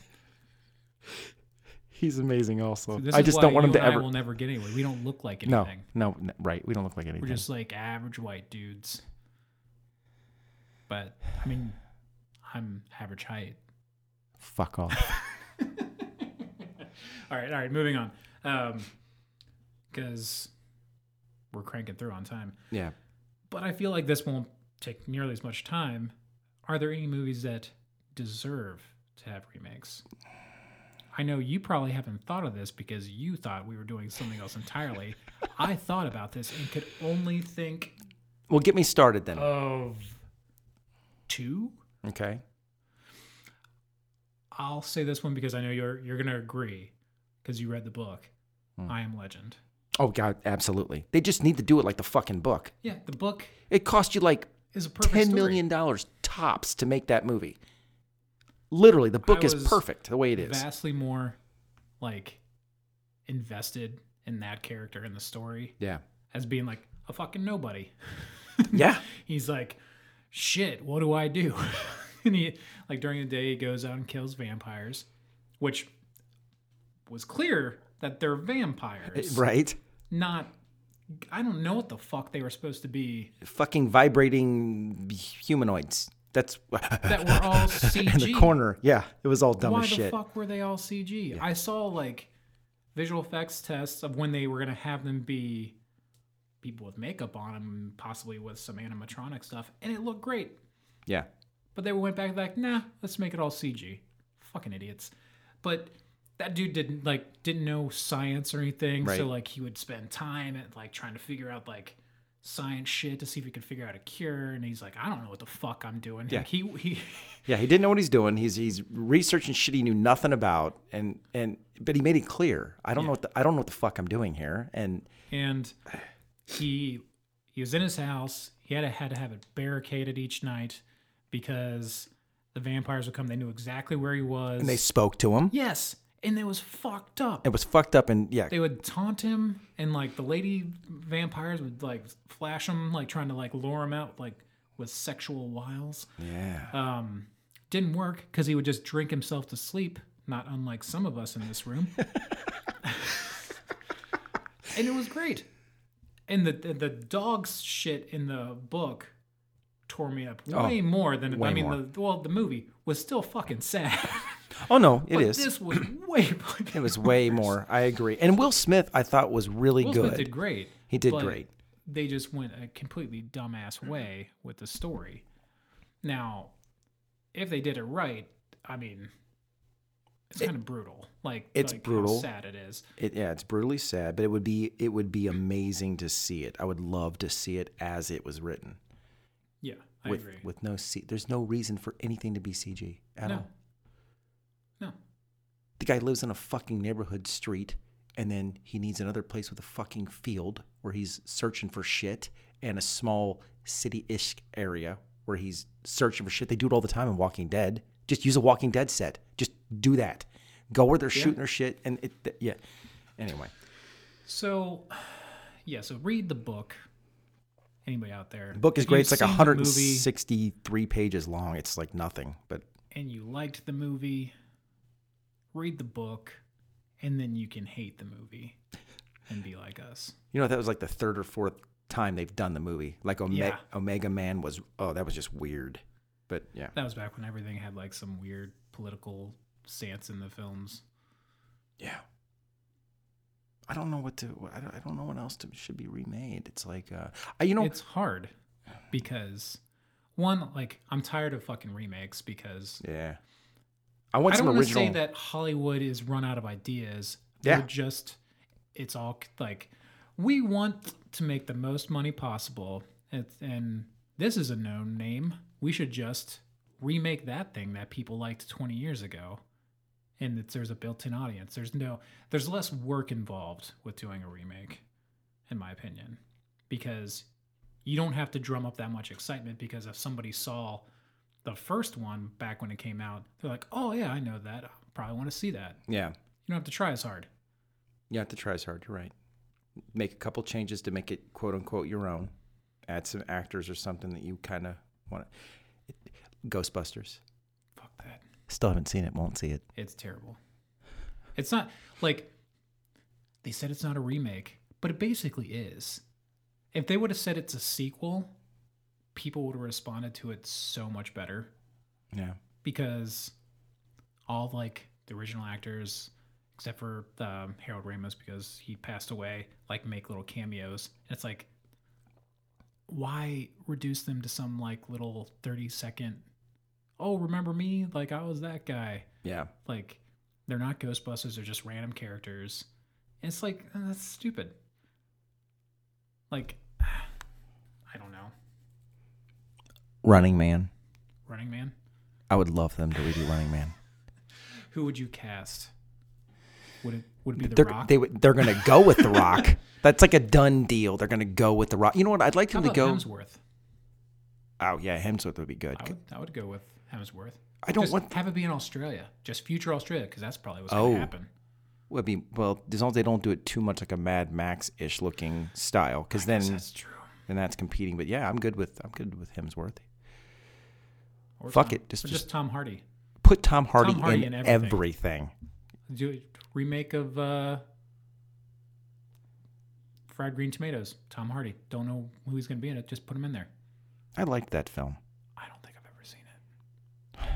Speaker 2: He's amazing. Also,
Speaker 1: This
Speaker 2: I
Speaker 1: is
Speaker 2: just
Speaker 1: why
Speaker 2: don't want
Speaker 1: you
Speaker 2: him to
Speaker 1: and I
Speaker 2: ever.
Speaker 1: will never get anywhere. We don't look like
Speaker 2: No,
Speaker 1: anything.
Speaker 2: no, n- right? We don't look like anything.
Speaker 1: We're just like average white dudes. But I mean, I'm average height.
Speaker 2: Fuck off.
Speaker 1: All right, all right, moving on. Um because we're cranking through on time.
Speaker 2: [LAUGHS] yeah.
Speaker 1: but I feel like this won't take nearly as much time. Are there any movies that deserve to have remakes? I know you probably haven't thought of this because you thought we were doing something else entirely. I thought about this and could only think
Speaker 2: Well, get me started then.
Speaker 1: of two.
Speaker 2: okay.
Speaker 1: I'll say this one because I know you're you're gonna agree because you read the book. I Am Legend.
Speaker 2: Oh God, absolutely. They just need to do it like the fucking book.
Speaker 1: Yeah, the book
Speaker 2: It cost you like
Speaker 1: is a perfect
Speaker 2: ten
Speaker 1: story.
Speaker 2: million dollars tops to make that movie. Literally, the book
Speaker 1: I
Speaker 2: is
Speaker 1: was
Speaker 2: perfect the way it is.
Speaker 1: vastly more like invested in that character in the story
Speaker 2: Yeah,
Speaker 1: as being like a fucking nobody. [LAUGHS]
Speaker 2: yeah,
Speaker 1: He's like, shit, what do I do? [LAUGHS] and he like during the day he goes out and kills vampires, which was clear that they're vampires.
Speaker 2: right.
Speaker 1: Not I don't know what the fuck they were supposed to
Speaker 2: [LAUGHS]
Speaker 1: be.
Speaker 2: Fucking vibrating humanoids. That's [LAUGHS]
Speaker 1: That were all CG.
Speaker 2: in the corner. Yeah, it was all dumb
Speaker 1: Why
Speaker 2: as
Speaker 1: the
Speaker 2: shit.
Speaker 1: fuck were they all CG? I saw like visual effects tests of when they were gonna have them be people with makeup on them, possibly with some animatronic stuff, and it looked great.
Speaker 2: Yeah,
Speaker 1: But they went back like, nah, let's make it all CG. Fucking idiots. But that dude didn't like didn't know science or anything,
Speaker 2: Right.
Speaker 1: so like he would spend time at like trying to figure out like science shit to see if he could figure out a cure and he's like i don't know what the fuck i'm doing
Speaker 2: Yeah.
Speaker 1: like, he he
Speaker 2: yeah. He didn't know what he's doing. He's he's researching shit he knew nothing about, and and but he made it clear. I don't know what the, I don't know what the fuck I'm doing here. And
Speaker 1: and he he was in his house. He had to, had to have it barricaded each night because the vampires would come. They knew exactly where he was.
Speaker 2: they spoke to him.
Speaker 1: yes, and it was fucked up.
Speaker 2: It was fucked up, and yeah,
Speaker 1: They would taunt him, and like the lady vampires would like flash him, like trying to like lure him out, like with sexual wiles.
Speaker 2: yeah.
Speaker 1: Um, didn't work because he would just drink himself to sleep. Not unlike some of us in this room.
Speaker 2: [LAUGHS]
Speaker 1: and it was great. And the, the the dog's shit in the book tore me up way more than I mean
Speaker 2: Oh, more.
Speaker 1: the well the movie was still fucking sad.
Speaker 2: Oh no, it
Speaker 1: but
Speaker 2: is.
Speaker 1: [LAUGHS] This was way.
Speaker 2: it
Speaker 1: [LAUGHS]
Speaker 2: was way more. I agree. And Will Smith, I thought was really
Speaker 1: Will
Speaker 2: good.
Speaker 1: Smith did great.
Speaker 2: he did
Speaker 1: but
Speaker 2: great.
Speaker 1: They just went a completely dumbass
Speaker 2: Mm-hmm.
Speaker 1: way with the story. Now, if they did it right, I mean, it's kind of brutal. Like
Speaker 2: it's
Speaker 1: like how
Speaker 2: brutal.
Speaker 1: sad it is.
Speaker 2: It, yeah, it's brutally sad, but it would be it would be amazing to see it. I would love to see it as it was written.
Speaker 1: Yeah, I
Speaker 2: with
Speaker 1: agree.
Speaker 2: with no C, there's no reason for anything to be CG at
Speaker 1: No.
Speaker 2: all.
Speaker 1: No.
Speaker 2: The guy lives in a fucking neighborhood street, and then he needs another place with a fucking field where he's searching for shit, and a small city-ish area where he's searching for shit. They do it all the time in Walking Dead. Just use a Walking Dead set. Just do that. Go where they're shooting their shit, and it th- yeah. Anyway,
Speaker 1: So, [SIGHS] yeah. So read the book. Anybody out there?
Speaker 2: the book is
Speaker 1: If
Speaker 2: great.
Speaker 1: you've
Speaker 2: It's like
Speaker 1: seen the movie
Speaker 2: 163 pages long. It's like nothing, but
Speaker 1: and you liked the movie. Read the book, and then you can hate the movie and be like us.
Speaker 2: You know, that was like the third or fourth time they've done the movie. Like Ome-
Speaker 1: Yeah.
Speaker 2: Omega Man was, oh, that was just weird. But yeah.
Speaker 1: That was back when everything had like some weird political stance in the films.
Speaker 2: Yeah. I don't know what to, I don't, I don't know what else to, should be remade. It's like, uh, I- you know,
Speaker 1: It's hard because one, like, I'm tired of fucking remakes because
Speaker 2: yeah. I want
Speaker 1: I don't want
Speaker 2: some
Speaker 1: to
Speaker 2: original.
Speaker 1: say that Hollywood is run out of ideas.
Speaker 2: Yeah.
Speaker 1: They're just, it's all c- like, we want to make the most money possible. And, and this is a known name. We should just remake that thing that people liked 20 years ago. And it's, there's a built in audience. There's no, there's less work involved with doing a remake, in my opinion, because you don't have to drum up that much excitement because if somebody saw the first one back when it came out, they're like, "Oh yeah, I know that. I probably want to see that."
Speaker 2: yeah.
Speaker 1: You don't have to try as hard.
Speaker 2: You have to try as hard. You're right. Make a couple changes to make it quote unquote your own. Add some actors or something that you kind of want. Ghostbusters.
Speaker 1: Fuck that.
Speaker 2: Still haven't seen it. Won't see it.
Speaker 1: It's terrible. It's not like they said it's not a remake, but it basically is. If they would have said it's a sequel, people would have responded to it so much better
Speaker 2: Yeah.
Speaker 1: because all of, like the original actors, except for um, Harold Ramis because he passed away, like make little cameos. And it's like, why reduce them to some like little thirty second? Oh, remember me? Like I was that guy.
Speaker 2: Yeah.
Speaker 1: Like they're not Ghostbusters; they're just random characters. And it's like uh, that's stupid. Like [SIGHS] I don't know,
Speaker 2: Running Man.
Speaker 1: Running Man.
Speaker 2: I would love them to redo Running Man.
Speaker 1: Who would you cast? Would it would it be The
Speaker 2: They're,
Speaker 1: Rock?
Speaker 2: they would- they're going to go with The [LAUGHS] Rock. That's like a done deal. They're going to go with The Rock. You know what? I'd like
Speaker 1: How
Speaker 2: them to
Speaker 1: about
Speaker 2: go.
Speaker 1: Hemsworth?
Speaker 2: Oh yeah, Hemsworth would be good.
Speaker 1: I would, I would go with Hemsworth.
Speaker 2: I don't
Speaker 1: Just
Speaker 2: want.
Speaker 1: have it be in Australia, just future Australia, because that's probably what's
Speaker 2: Oh.
Speaker 1: gonna happen.
Speaker 2: Would be well as long as they don't do it too much like a Mad Max ish looking style, because then
Speaker 1: That's true.
Speaker 2: then that's competing. But yeah, I'm good with I'm good with Hemsworth.
Speaker 1: Or
Speaker 2: Fuck
Speaker 1: Tom-
Speaker 2: it, just-
Speaker 1: or
Speaker 2: just-
Speaker 1: just Tom Hardy.
Speaker 2: Put Tom Hardy,
Speaker 1: Hardy
Speaker 2: in,
Speaker 1: in everything.
Speaker 2: everything.
Speaker 1: Do a remake of uh, Fried Green Tomatoes. Tom Hardy. Don't know who he's gonna be in it. Just put him in there.
Speaker 2: I liked that film.
Speaker 1: I don't think I've ever seen it.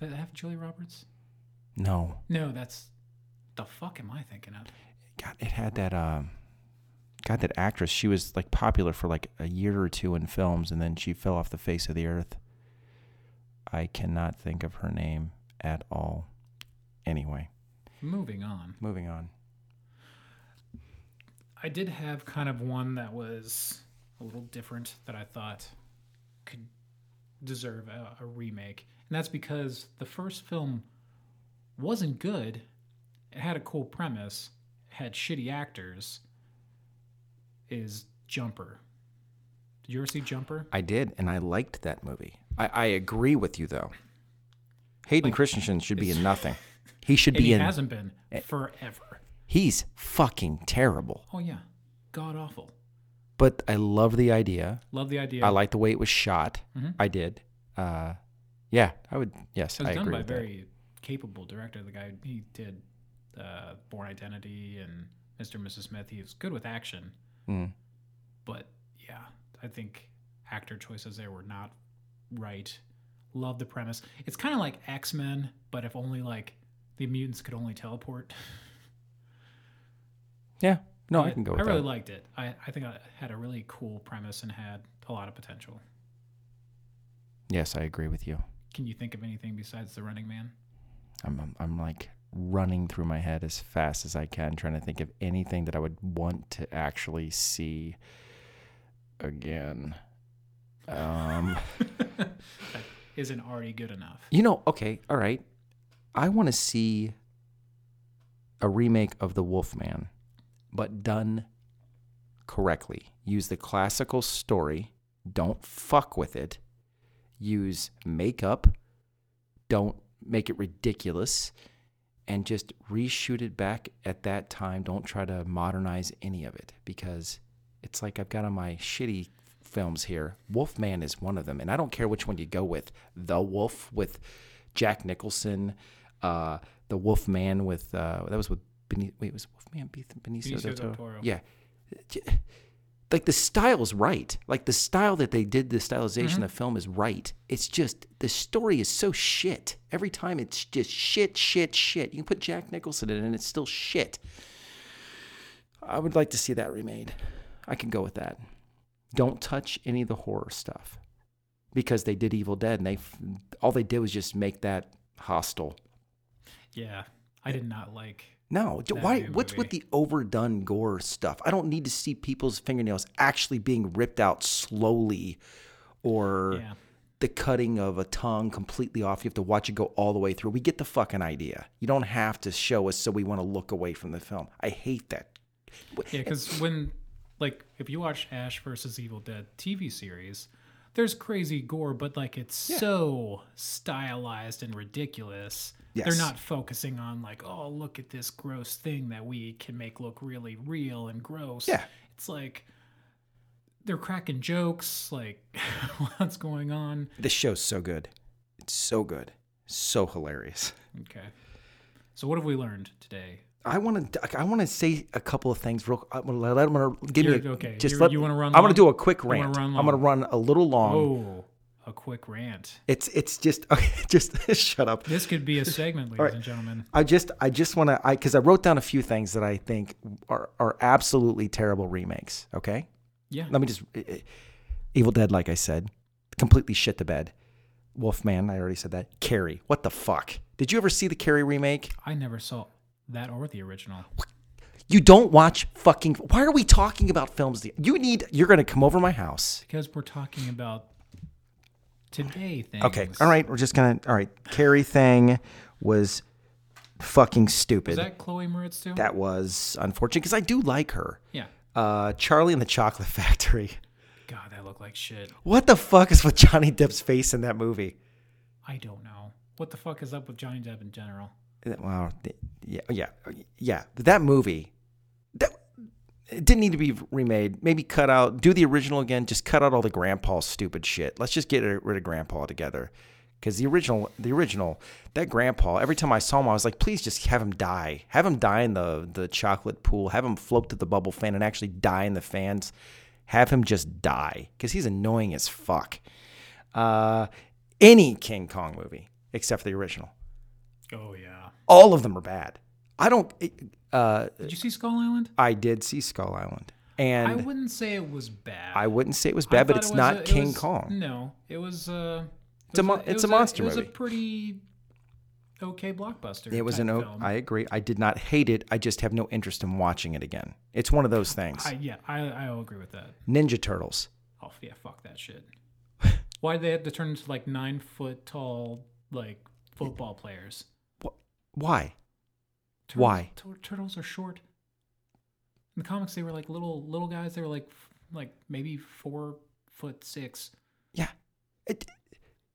Speaker 1: Did it have Julia Roberts?
Speaker 2: No,
Speaker 1: No, that's the fuck am I thinking of?
Speaker 2: God, it had that. Um, God, that actress. She was like popular for like a year or two in films, and then she fell off the face of the earth. I cannot think of her name at all. Anyway,
Speaker 1: Moving on.
Speaker 2: moving on.
Speaker 1: I did have kind of one that was a little different that I thought could deserve a, a remake. And that's because the first film wasn't good. It had a cool premise, it had shitty actors. Is Jumper. Did you ever see Jumper?
Speaker 2: I did, and I liked that movie. I, I agree with you though. Hayden Christensen should be in nothing. He should
Speaker 1: And
Speaker 2: be
Speaker 1: he
Speaker 2: in.
Speaker 1: hasn't been forever.
Speaker 2: He's fucking terrible.
Speaker 1: Oh, yeah. God awful.
Speaker 2: But I love the idea.
Speaker 1: Love the idea. Mm-hmm.
Speaker 2: I like the way it was shot. I did. Uh, yeah, I would. Yes,
Speaker 1: It was
Speaker 2: I
Speaker 1: done
Speaker 2: agree
Speaker 1: by a
Speaker 2: with that.
Speaker 1: very capable director. The guy he did uh, Born Identity and Mr. and Mrs. Smith. He was good with action,
Speaker 2: Mm.
Speaker 1: but yeah, I think actor choices there were not right. Love the premise. It's kind of like X Men, but if only like the mutants could only teleport.
Speaker 2: Yeah. No, I
Speaker 1: But
Speaker 2: can go
Speaker 1: I
Speaker 2: with
Speaker 1: really
Speaker 2: that.
Speaker 1: liked it. I, I think I had a really cool premise and had a lot of potential.
Speaker 2: yes, I agree with you.
Speaker 1: Can you think of anything besides The Running Man? [LAUGHS]
Speaker 2: I'm, I'm I'm like running through my head as fast as I can, trying to think of anything that I would want to actually see again. Um,
Speaker 1: that isn't already good enough.
Speaker 2: you know, okay, all right. I want to see a remake of The Wolfman, but done correctly. Use the classical story. Don't fuck with it. Use makeup. Don't make it ridiculous. And just reshoot it back at that time. Don't try to modernize any of it because it's like I've got on my shitty films here. Wolfman is one of them. And I don't care which one you go with. The Wolf with Jack Nicholson. Uh, the Wolfman with, uh, that was with, Bene- wait, was Wolfman Benicio, Benicio del
Speaker 1: Benicio del
Speaker 2: Toro?
Speaker 1: Toro.
Speaker 2: Yeah like the style's right. Like the style that they did the stylization of film is right. It's just the story is so shit. Every time it's just shit, shit, shit. You can put Jack Nicholson in it and it's still shit. I would like to see that remade. I can go with that. Don't touch any of the horror stuff because they did Evil Dead and they f- all they did was just make that hostile.
Speaker 1: Yeah, I did not like.
Speaker 2: No, d-
Speaker 1: That
Speaker 2: why?
Speaker 1: new
Speaker 2: What's with the overdone gore stuff? I don't need to see people's fingernails actually being ripped out slowly, or
Speaker 1: Yeah,
Speaker 2: the cutting of a tongue completely off. You have to watch it go all the way through. We get the fucking idea. You don't have to show us so we want to look away from the film. I hate that.
Speaker 1: yeah, because when like if you watch Ash versus Evil Dead TV series, there's crazy gore, but like it's so stylized and ridiculous.
Speaker 2: Yes.
Speaker 1: They're not focusing on like, oh, look at this gross thing that we can make look really real and gross.
Speaker 2: Yeah.
Speaker 1: It's like they're cracking jokes, like [LAUGHS] what's going on.
Speaker 2: This show's so good. It's so good. So hilarious.
Speaker 1: Okay. So what have we learned today?
Speaker 2: I want to. I want to say a couple of things. Real. I'm gonna let. I'm gonna give me.
Speaker 1: You're-
Speaker 2: a-
Speaker 1: okay,
Speaker 2: Just
Speaker 1: you're-
Speaker 2: let.
Speaker 1: you wanna run
Speaker 2: I'm gonna
Speaker 1: long?
Speaker 2: do a quick
Speaker 1: wanna
Speaker 2: rant.
Speaker 1: run
Speaker 2: I'm gonna run a little long.
Speaker 1: Oh, a quick rant.
Speaker 2: It's it's just [LAUGHS] just shut up.
Speaker 1: This could be a
Speaker 2: [LAUGHS]
Speaker 1: segment, ladies
Speaker 2: right.
Speaker 1: and gentlemen.
Speaker 2: I just I just want to I because I wrote down a few things that I think are are absolutely terrible remakes. Okay,
Speaker 1: Yeah.
Speaker 2: let me just eh, eh, Evil Dead, like I said, completely shit to bed. Wolfman, I already said that. Carrie, what the fuck? Did you ever see the Carrie remake?
Speaker 1: I never saw that or the original.
Speaker 2: You don't watch fucking. Why are we talking about films? You need. You're gonna come over my house.
Speaker 1: Because we're talking about today things.
Speaker 2: Okay. All right. We're just gonna. All right. Carrie thing was fucking stupid.
Speaker 1: Is that Chloe Moritz too?
Speaker 2: that was unfortunate because I do like her.
Speaker 1: yeah.
Speaker 2: uh, Charlie and the Chocolate [LAUGHS] Factory.
Speaker 1: God, that looked like shit.
Speaker 2: What the fuck is with Johnny Depp's face in that movie?
Speaker 1: I don't know. What the fuck is up with Johnny Depp in general?
Speaker 2: Wow. th- Yeah, oh, yeah, yeah. That movie, that it didn't need to be remade. Maybe cut out, do the original again. Just cut out all the grandpa stupid shit. Let's just get rid of grandpa together. Because the original, the original, that grandpa. Every time I saw him, I was like, please just have him die. Have him die in the the chocolate pool. Have him float to the bubble fan and actually die in the fans. Have him just die because he's annoying as fuck. Uh, any King Kong movie except for the original
Speaker 1: Oh, yeah.
Speaker 2: all of them are bad. I don't. Uh,
Speaker 1: Did you see Skull Island?
Speaker 2: I did see Skull Island,
Speaker 1: I
Speaker 2: and
Speaker 1: wouldn't say it was bad.
Speaker 2: I, wouldn't say it was
Speaker 1: I
Speaker 2: bad, but
Speaker 1: thought
Speaker 2: it's
Speaker 1: it was
Speaker 2: not
Speaker 1: a- it
Speaker 2: King
Speaker 1: was- mm,
Speaker 2: Kong.
Speaker 1: No, it was. Uh, it
Speaker 2: It's a
Speaker 1: was
Speaker 2: mon- it's a
Speaker 1: it was
Speaker 2: monster
Speaker 1: it was
Speaker 2: movie.
Speaker 1: a pretty okay blockbuster.
Speaker 2: It was
Speaker 1: type
Speaker 2: an. o-
Speaker 1: film.
Speaker 2: I agree. I did not hate it. I just have no interest in watching it again. It's one of those things.
Speaker 1: I, yeah, I I agree with that.
Speaker 2: Ninja Turtles.
Speaker 1: Oh yeah, fuck that shit. Why did they have to turn into like nine foot tall like football players?
Speaker 2: Wh- Why?
Speaker 1: Turtles,
Speaker 2: Why?
Speaker 1: tur- turtles are short. In the comics, they were like little little guys. They were like f- like maybe four foot six.
Speaker 2: Yeah. It,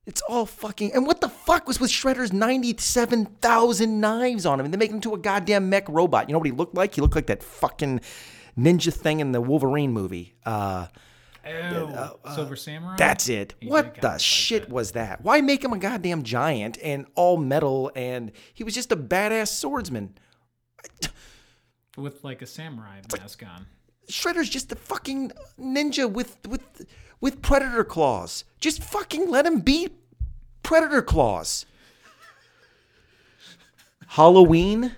Speaker 2: it's all fucking. And what the fuck was with Shredder's 97,000 knives on him? And they make him into a goddamn mech robot. You know what he looked like? He looked like that fucking ninja thing in the Wolverine movie. Uh,
Speaker 1: Ew. Silver Samurai.
Speaker 2: That's it.
Speaker 1: He
Speaker 2: what
Speaker 1: did
Speaker 2: the
Speaker 1: kinda like
Speaker 2: shit
Speaker 1: that.
Speaker 2: was that? Why make him a goddamn giant and all metal and he was just a badass swordsman?
Speaker 1: with like a samurai mask on.
Speaker 2: Shredder's just a fucking ninja with with with predator claws. Just fucking let him be predator claws. Halloween.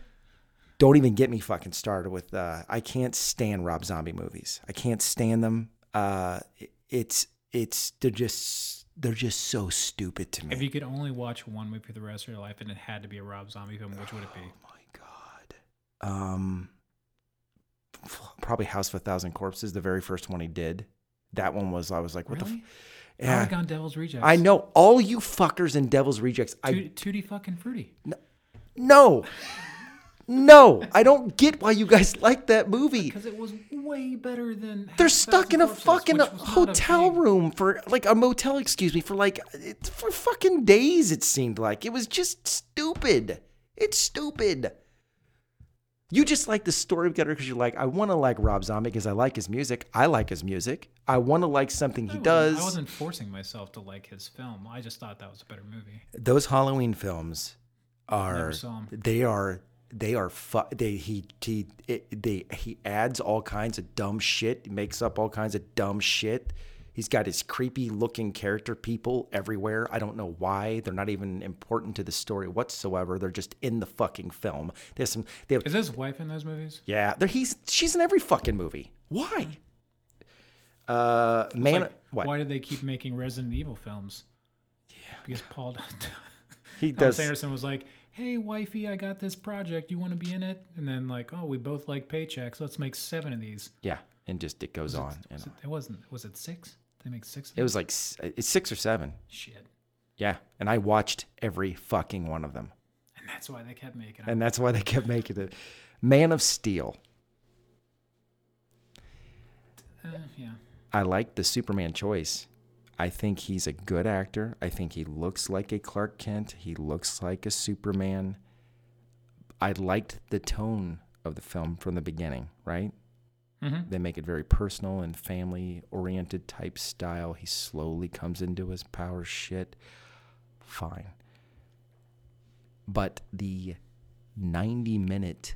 Speaker 2: Don't even get me fucking started with. Uh, I can't stand Rob Zombie movies. I can't stand them. Uh, it- it's it's they're just they're just so stupid to me.
Speaker 1: If you could only watch one movie for the rest of your life and it had to be a Rob Zombie film, which would it be?
Speaker 2: Oh my god. Um, f- probably House of a Thousand Corpses, the very first one he did. That one was I was like, what
Speaker 1: Really?
Speaker 2: the? F- [SIGHS] yeah.
Speaker 1: Paragon Devil's Rejects.
Speaker 2: I know all you fuckers and Devil's Rejects. I
Speaker 1: Tutti, Tutti fucking fruity.
Speaker 2: No. No, I don't get why you guys [LAUGHS] like that movie.
Speaker 1: Because it was way better than.
Speaker 2: They're
Speaker 1: Half
Speaker 2: stuck
Speaker 1: Thousand
Speaker 2: in a
Speaker 1: Corpses,
Speaker 2: fucking
Speaker 1: which was not a
Speaker 2: hotel
Speaker 1: big-
Speaker 2: room for like a motel, excuse me, for like it- for fucking days it seemed like. It was just stupid. It's stupid. You just like the story better because you're like, I want to like Rob Zombie because I like his music. I like his music. I want to like something
Speaker 1: I
Speaker 2: he
Speaker 1: wasn't-
Speaker 2: does.
Speaker 1: I wasn't forcing myself to like his film. I just thought that was a better movie.
Speaker 2: those Halloween films are
Speaker 1: Never saw 'em.
Speaker 2: they are they are fu- they he he it, they he adds all kinds of dumb shit, makes up all kinds of dumb shit. He's got his creepy looking character people everywhere. I don't know why they're not even important to the story whatsoever. They're just in the fucking film. There's some they have
Speaker 1: Is his wife in those movies?
Speaker 2: yeah, there he's she's in every fucking movie. Why? Uh man
Speaker 1: Like,
Speaker 2: what?
Speaker 1: Why do they keep making Resident Evil films? Yeah. Because Paul [LAUGHS]
Speaker 2: he
Speaker 1: Paul
Speaker 2: does
Speaker 1: Sanderson was like, "Hey, wifey, I got this project. You want to be in it?" And then like, "Oh, we both like paychecks. Let's make seven of these."
Speaker 2: Yeah, and just it goes on and
Speaker 1: Was
Speaker 2: on.
Speaker 1: it, it wasn't. Was it six? They make six. Of
Speaker 2: It was like s- it's 6 or 7.
Speaker 1: Shit.
Speaker 2: Yeah, and I watched every fucking one of them.
Speaker 1: And that's why they kept making it.
Speaker 2: And that's why they kept making it. Man of Steel.
Speaker 1: Uh, yeah.
Speaker 2: I like the Superman choice. I think he's a good actor. I think he looks like a Clark Kent. He looks like a Superman. I liked the tone of the film from the beginning, right?
Speaker 1: hmm
Speaker 2: They make it very personal and family oriented type style. He slowly comes into his power shit. Fine. But the 90 minute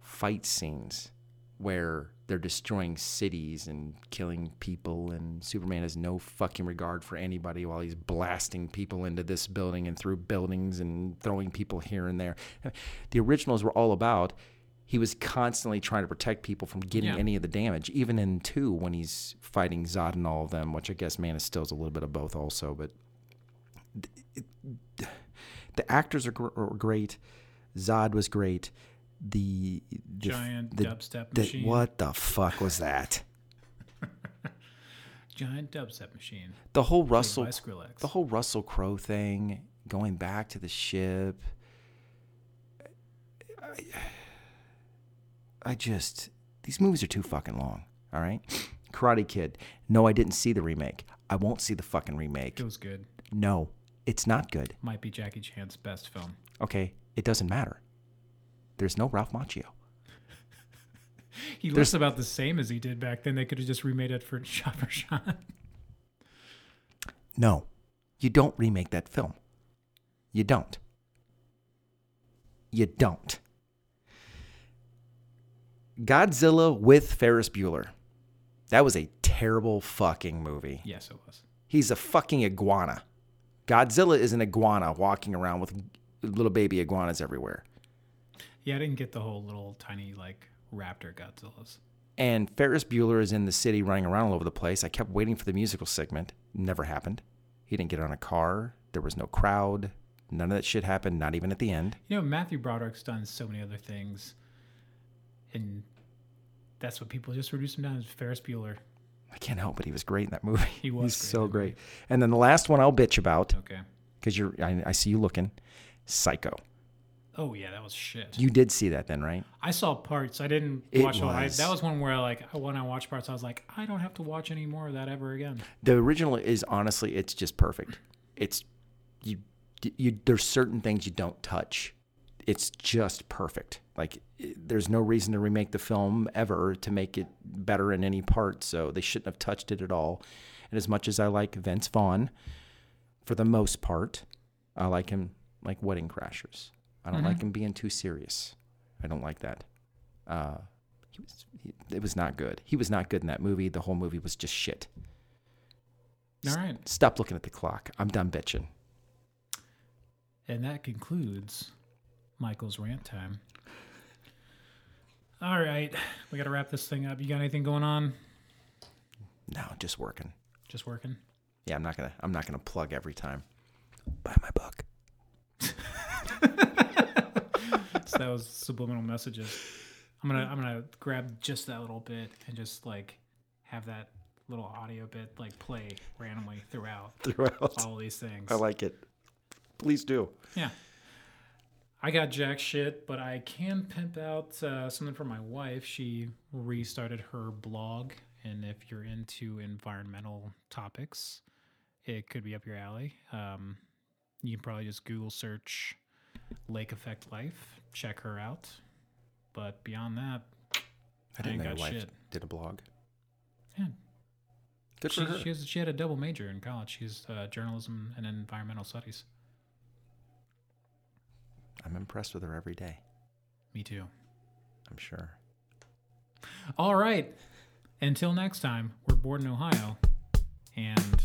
Speaker 2: fight scenes where they're destroying cities and killing people, and Superman has no fucking regard for anybody while he's blasting people into this building and through buildings and throwing people here and there. The originals were all about he was constantly trying to protect people from getting
Speaker 1: Yeah.
Speaker 2: any of the damage, even in two when he's fighting Zod and all of them, which I guess Man of Steel is a little bit of both also, but the actors are, gr- are great. Zod was great. The, the
Speaker 1: Giant
Speaker 2: the-
Speaker 1: dubstep
Speaker 2: the-
Speaker 1: machine.
Speaker 2: what the fuck was that?
Speaker 1: Giant dubstep machine.
Speaker 2: The whole
Speaker 1: So,
Speaker 2: Russell
Speaker 1: by Skrillex.
Speaker 2: the whole Russell Crowe thing, going back to the ship. I, I just these movies are too fucking long. All right, Karate Kid. No, I didn't see the remake. I won't see the fucking remake.
Speaker 1: it was good.
Speaker 2: No, it's not good.
Speaker 1: Might be Jackie Chan's best film.
Speaker 2: Okay, it doesn't matter. There's no Ralph Macchio.
Speaker 1: He looks about the same as he did back then. They could have just remade it for [LAUGHS] shot for shot.
Speaker 2: No, you don't remake that film. You don't. You don't. Godzilla with Ferris Bueller. That was a terrible fucking movie.
Speaker 1: yes, it was.
Speaker 2: He's a fucking iguana. Godzilla is an iguana walking around with little baby iguanas everywhere.
Speaker 1: Yeah, I didn't get the whole little tiny like raptor Godzillas.
Speaker 2: And Ferris Bueller is in the city running around all over the place. I kept waiting for the musical segment. Never happened. He didn't get on a car. There was no crowd. None of that shit happened, not even at the end.
Speaker 1: You know, Matthew Broderick's done so many other things, and that's what people just reduce him down as Ferris Bueller.
Speaker 2: I can't help it. He was great in that movie.
Speaker 1: [LAUGHS] He was
Speaker 2: He's
Speaker 1: great
Speaker 2: so
Speaker 1: in that
Speaker 2: great. And then the last one I'll bitch about
Speaker 1: Okay.
Speaker 2: because you're. I, I see you looking. Psycho.
Speaker 1: Oh yeah, that was shit.
Speaker 2: You did see that then, right?
Speaker 1: I saw parts. I didn't
Speaker 2: It
Speaker 1: watch all. I,
Speaker 2: was.
Speaker 1: that was one where like when I watched parts, I was like, I don't have to watch any more of that ever again.
Speaker 2: The original is honestly, it's just perfect. It's you. You there's certain things you don't touch. It's just perfect. Like it- there's no reason to remake the film ever to make it better in any part. So they shouldn't have touched it at all. And as much as I like Vince Vaughn, for the most part, I like him like Wedding Crashers. I don't like him being too serious. I don't like that. Uh, he was. He, it was not good. He was not good in that movie. The whole movie was just shit.
Speaker 1: All right.
Speaker 2: Stop looking at the clock. I'm done bitching.
Speaker 1: And that concludes Michael's rant time. All right, we got to wrap this thing up. You got anything going on?
Speaker 2: No, just working.
Speaker 1: Just working.
Speaker 2: Yeah, I'm not gonna. I'm not gonna plug every time. Buy my book. [LAUGHS]
Speaker 1: So that was subliminal messages. I'm gonna I'm gonna grab just that little bit and just like have that little audio bit like play randomly throughout
Speaker 2: Throughout.
Speaker 1: all these things.
Speaker 2: I like it. Please do.
Speaker 1: Yeah. I got jack shit, but I can pimp out uh, something for my wife. She restarted her blog, and if you're into environmental topics, it could be up your alley. Um, you can probably just Google search Lake Effect Life, check her out. But beyond that,
Speaker 2: I didn't
Speaker 1: ain't
Speaker 2: know your
Speaker 1: got
Speaker 2: wife
Speaker 1: shit.
Speaker 2: did a blog.
Speaker 1: yeah,
Speaker 2: Good
Speaker 1: she,
Speaker 2: for her.
Speaker 1: she, has, she had a double major in college. She's uh, journalism and environmental studies.
Speaker 2: I'm impressed with her every day.
Speaker 1: Me too.
Speaker 2: I'm sure.
Speaker 1: All right. Until next time, we're bored in Ohio. And